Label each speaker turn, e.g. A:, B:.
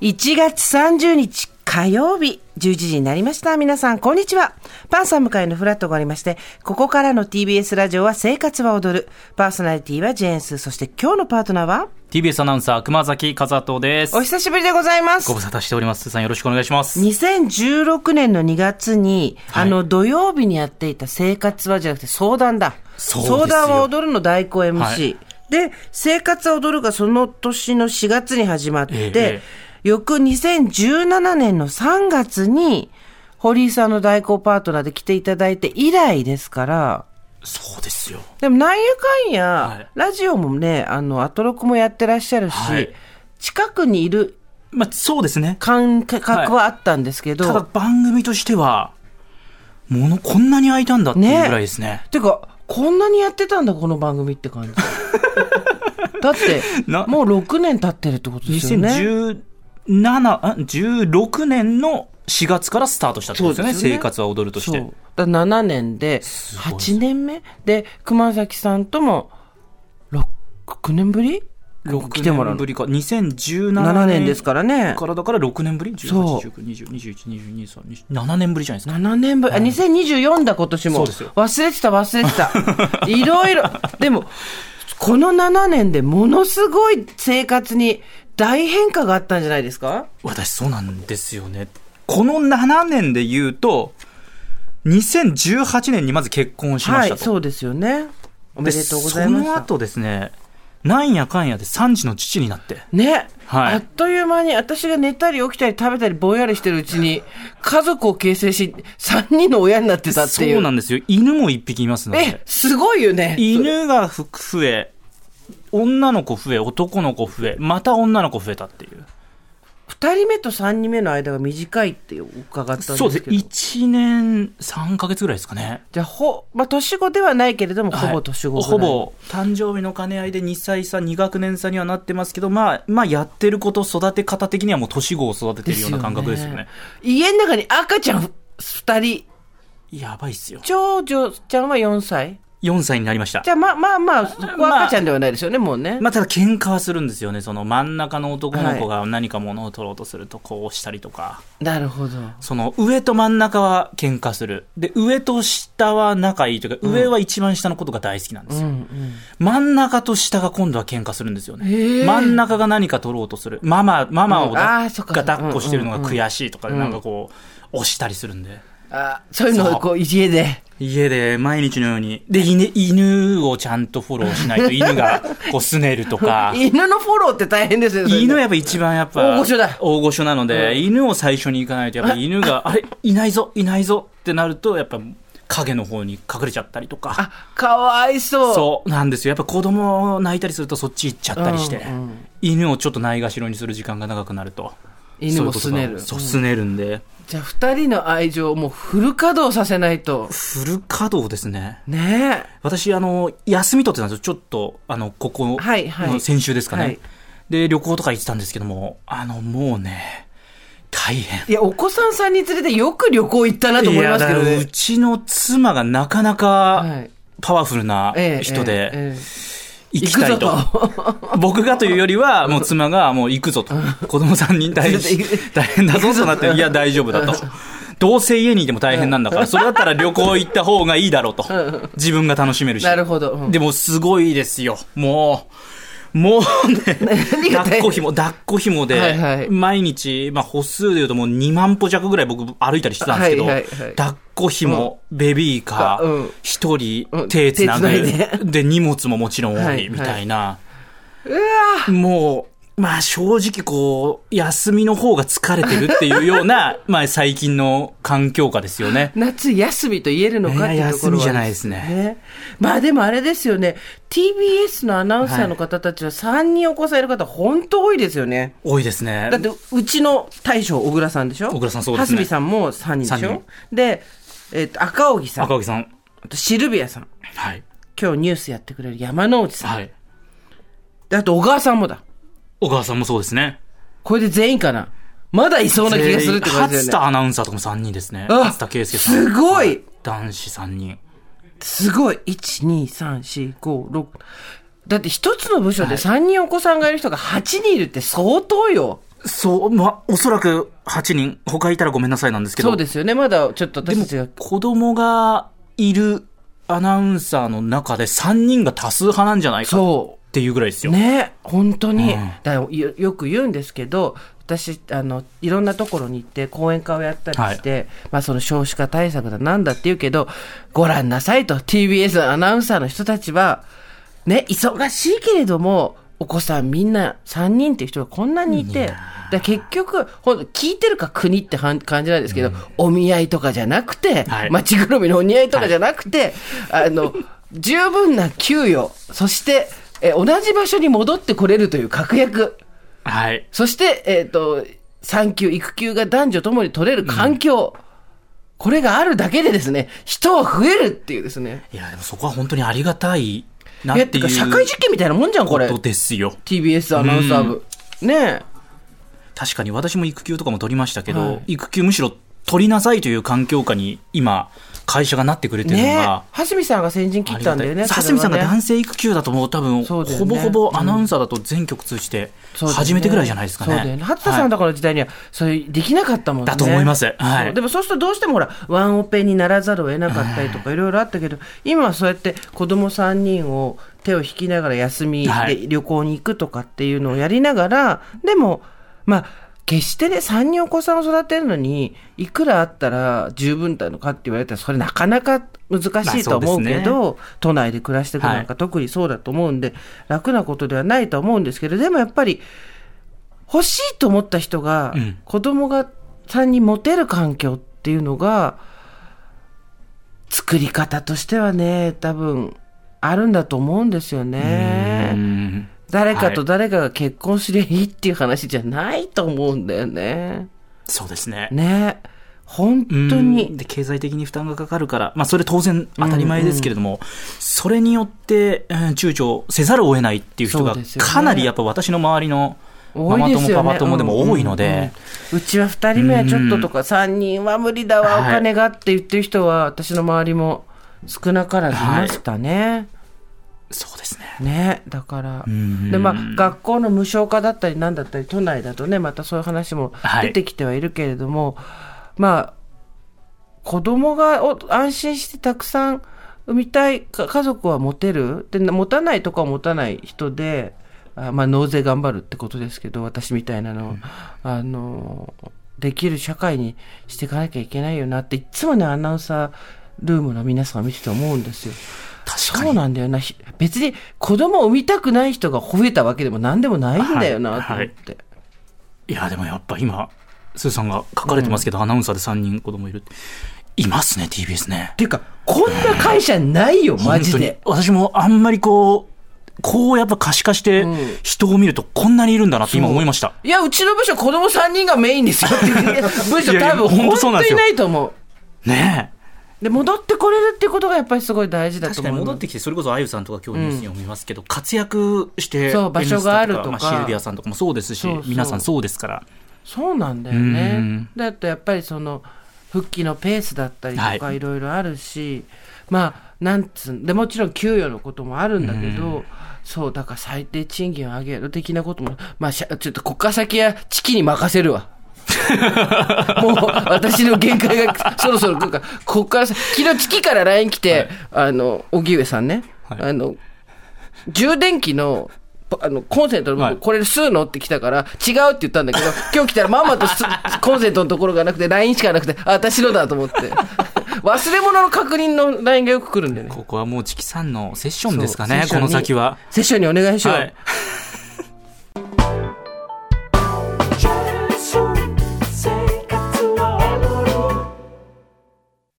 A: 1月30日火曜日11時になりました。皆さん、こんにちは。パンサー向かいのフラットがありまして、ここからの TBS ラジオは生活は踊る。パーソナリティはジェーンス。そして今日のパートナーは
B: TBS アナウンサー熊崎和人です。
A: お久しぶりでございます。
B: ご無沙汰しております。さんよろしくお願いします。
A: 2016年の2月に、はい、あの土曜日にやっていた生活はじゃなくて相談だ。相談は踊るの代行 MC。はいで、生活は踊るがその年の4月に始まって、ええ、翌2017年の3月に、堀井さんの代行パートナーで来ていただいて以来ですから、
B: そうですよ。
A: でもなんやかんや、はい、ラジオもね、あの、アトロクもやってらっしゃるし、はい、近くにいる、
B: まあそうですね。
A: 感覚はあったんですけど、
B: はい、ただ番組としては、ものこんなに空いたんだっていうぐらいですね。ね
A: てか、こんなにやってたんだ、この番組って 感じ。だって、もう6年経ってるってことですよね。
B: 2017、16年の4月からスタートしたってことですよね、よね生活は踊るとして。
A: だ7年で、8年目で、熊崎さんとも6、6年ぶり
B: 来てもらうぶりか2017
A: 年ですからね
B: からだから6年ぶり18192021222327年ぶりじゃないですか
A: 7年ぶり、うん、2024だ今年も忘れてた忘れて たいろいろでもこの7年でものすごい生活に大変化があったんじゃないですか
B: 私そうなんですよねこの7年で言うと2018年にまず結婚しましたはい、
A: そうですよねおめでとうございます
B: その後ですねなんやかんやで3時の父になって。
A: ね。はい、あっという間に、私が寝たり起きたり食べたりぼんやりしてるうちに、家族を形成し、3人の親になってたっていう。
B: そうなんですよ。犬も1匹いますので。
A: え、すごいよね。
B: 犬が増え、女の子増え、男の子増え、また女の子増えたっていう。
A: 2人目と3人目の間が短いって伺ったんですけどそうです1
B: 年3か月ぐらいですかね
A: じゃあほ、まあ、年子ではないけれども、はい、ほぼ年子
B: ほぼ誕生日の兼ね合いで2歳差2学年差にはなってますけど、まあ、まあやってること育て方的にはもう年子を育ててるような感覚ですよね、ね、
A: 家の中に赤ちゃん2人
B: やばいっすよ
A: 長女ちゃんは4歳
B: 4歳になりました。
A: じゃあ、まあまあまあ、そこは赤ちゃんではないですよね、まあ、もうね。
B: まあ、ただ喧嘩はするんですよね。その真ん中の男の子が何か物を取ろうとすると、こうしたりとか。
A: なるほど。
B: その、上と真ん中は喧嘩する。で、上と下は仲いいというか、上は一番下のことが大好きなんですよ。うんうんうん、真ん中と下が今度は喧嘩するんですよね。真ん中が何か取ろうとする。ママ、ママをだ、うん、が抱っこしてるのが悔しいとか、なんかこう、押したりするんで。
A: あそういうのをこう家で。
B: 家で毎日のように。で、犬、犬をちゃんとフォローしないと、犬がこうすねると か。
A: 犬のフォローって大変ですよ
B: ね。犬はやっぱ一番やっぱ。
A: 大御所だ。
B: 大御所なので、うん、犬を最初に行かないと、やっぱ 犬が、あれ、いないぞ、いないぞってなると、やっぱ影の方に隠れちゃったりとか。
A: あ、かわいそう。
B: そうなんですよ。やっぱ子供泣いたりするとそっち行っちゃったりして、うんうん、犬をちょっとないがしろにする時間が長くなると。
A: 犬もすねる。
B: そう、すねるんで。
A: じゃあ、二人の愛情をもうフル稼働させないと。
B: フル稼働ですね。
A: ね
B: 私、あの、休み取ってたんですよ。ちょっと、あの、ここの、はいはい、先週ですかね、はい、で、旅行とか行ってたんですけども、あの、もうね、大変。
A: いや、お子さんさんに連れてよく旅行行ったなと思いますけどね。
B: うちの妻がなかなか、パワフルな人で、はいえええ行きたいと。僕がというよりは、もう妻がもう行くぞと。子供3人大 変、大変だぞとなって、いや大丈夫だと。どうせ家にいても大変なんだから、それだったら旅行行った方がいいだろうと。自分が楽しめるし。、
A: なるほど。うん
B: でもすごいですよ。もう。もう ね、抱っこ紐、抱っこ紐で、はいはい、毎日、まあ歩数で言うともう2万歩弱ぐらい僕歩いたりしてたんですけど、はいはいはい、抱っこ紐、うん、ベビーカー、一、うん、人手つなぐ、うん、で、荷物ももちろん多い、みたいな。
A: はいはい、
B: もう、まあ正直こう、休みの方が疲れてるっていうよう な、まあ最近の環境下ですよね。
A: 夏休みと言えるのかっていうところは、ね、休み
B: じゃないですね。
A: まあでもあれですよね。TBS のアナウンサーの方たちは3人お子さんいる方、本当多いですよね。
B: 多いですね。
A: だって、うちの大将、小倉さんでしょ
B: 小倉さんそうですね。
A: 蓮見さんも3人でしょで、えっ、ー、と、赤荻さん。
B: 赤荻さん。
A: あと、シルビアさん。
B: はい。
A: 今日ニュースやってくれる山之内さん。
B: はい。
A: で、あと、小川さんもだ。
B: 小川さんもそうですね。
A: これで全員かな。まだいそうな気がするって感じだよね。
B: 勝田アナウンサーとかも3人ですね。勝田圭介さん。
A: すごい、
B: 男子3人。
A: すごい !1,2,3,4,5,6 だって一つの部署で3人お子さんがいる人が8人いるって相当よ。
B: はい、そう、まあ、おそらく8人、他いたらごめんなさいなんですけど。
A: そうですよね、まだちょっと私たちが。
B: 子供がいるアナウンサーの中で3人が多数派なんじゃないかっていうぐらいですよ。
A: ね、本当に。うん、だよよく言うんですけど、私あのいろんなところに行って講演会をやったりして、はい、まあ、その少子化対策だなんだって言うけどご覧なさいと TBS のアナウンサーの人たちは、ね、忙しいけれどもお子さんみんな3人っていう人がこんなにいてだ結局ほん聞いてるか国って感じなんですけど、うん、お見合いとかじゃなくて、はい、町ぐるみのお似合いとかじゃなくて、はい、あの十分な給与そしてえ同じ場所に戻ってこれるという確約。
B: はい。
A: そして、えっ、ー、と、産休、育休が男女ともに取れる環境、うん、これがあるだけでですね、人は増えるっていうですね。
B: いや、でもそこは本当にありがたいなっていう。い
A: 社会実験みたいなもんじゃん、これ。
B: ことですよ。
A: TBS アナウンサー部。うん、ねえ。
B: 確かに私も育休とかも取りましたけど、はい、育休むしろ取りなさいという環境下に今、会社がなってくれてるのが。
A: はすみさんが先陣切ったんだよね。
B: はすみさんが男性育休だともう多分、ね、ほぼほぼアナウンサーだと全局通じて、初めてぐらいじゃないですかね。そうだよね。
A: 初田さんとかの時代には、それできなかったもんね。
B: だと思います。はい。
A: でもそうするとどうしてもほら、ワンオペにならざるを得なかったりとかいろいろあったけど、今はそうやって子供3人を手を引きながら休みで旅行に行くとかっていうのをやりながら、でも、まあ、決してね、3人お子さんを育てるのに、いくらあったら十分なのかって言われたら、それなかなか難しいと思うけど、ね、都内で暮らしていくなんか特にそうだと思うんで、はい、楽なことではないと思うんですけど、でもやっぱり、欲しいと思った人が、うん、子供がさんに持てる環境っていうのが、作り方としてはね、多分、あるんだと思うんですよね。誰かと誰かが結婚すりゃいいっていう話じゃないと思うんだよね。はい、
B: そうですね。
A: ね。本当に。
B: で、経済的に負担がかかるから、まあ、それ当然当たり前ですけれども、うんうん、それによって、うん、躊躇せざるを得ないっていう人が、かなりやっぱ私の周りの、ママ友、パパ友でも多いので、
A: うちは2人目はちょっととか、うん、3人は無理だわ、お金がって言ってる人は、私の周りも少なからずいましたね。はい
B: そうですね。、
A: ね、だから。で、まあ、学校の無償化だったり、なんだったり、都内だとね、またそういう話も出てきてはいるけれども、はい、まあ、子供が安心してたくさん産みたい、家族は持てる。で、持たないとかは持たない人で、あまあ、納税頑張るってことですけど、私みたいなの、うん、あの、できる社会にしていかなきゃいけないよなって、いつもね、アナウンサールームの皆さん見てて思うんですよ。そうなんだよな。別に子供を産みたくない人が増えたわけでも何でもないんだよなと思って。はいはい
B: いや、でもやっぱ今、スーさんが書かれてますけど、うん、アナウンサーで3人子供いるって。いますね、TBS ね。
A: っていうか、こんな会社ないよ、うん、マジで。
B: 私もあんまりこう、こうやっぱ可視化して人を見るとこんなにいるんだなって今思いました。
A: うん、いや、うちの部署子供3人がメインですよっていう部署多分本当にいないと思
B: う。ねえ。
A: で戻ってこれるってことがやっぱりすごい大事だと思
B: う戻ってきてそれこそあゆさんとか今日ニュースに読みますけど、うん、活躍して
A: そう場所があるとか、ま
B: あ、シルビアさんとかもそうですし皆さんそうですから
A: そうなんだよねだとやっぱりその復帰のペースだったりとかいろいろあるし、はい、まあなんつんでもちろん給与のこともあるんだけど、うん、そうだから最低賃金を上げる的なこともまあちょっとこっから先はチキに任せる わもう私の限界がそろそろ来るから、こっから昨日月から LINE 来て、はい、あの、荻上さんね、はい、あの、充電器の、あの、コンセントの、はい、これ吸うのって来たから、違うって言ったんだけど、 今日来たらママとコンセントのところがなくて、LINE しかなくて、あ、私のだと思って。 忘れ物の確認の LINE がよく来るんでね。
B: ここはもうチキさんのセッションですかね、この先は。
A: セッションにお願いしよう。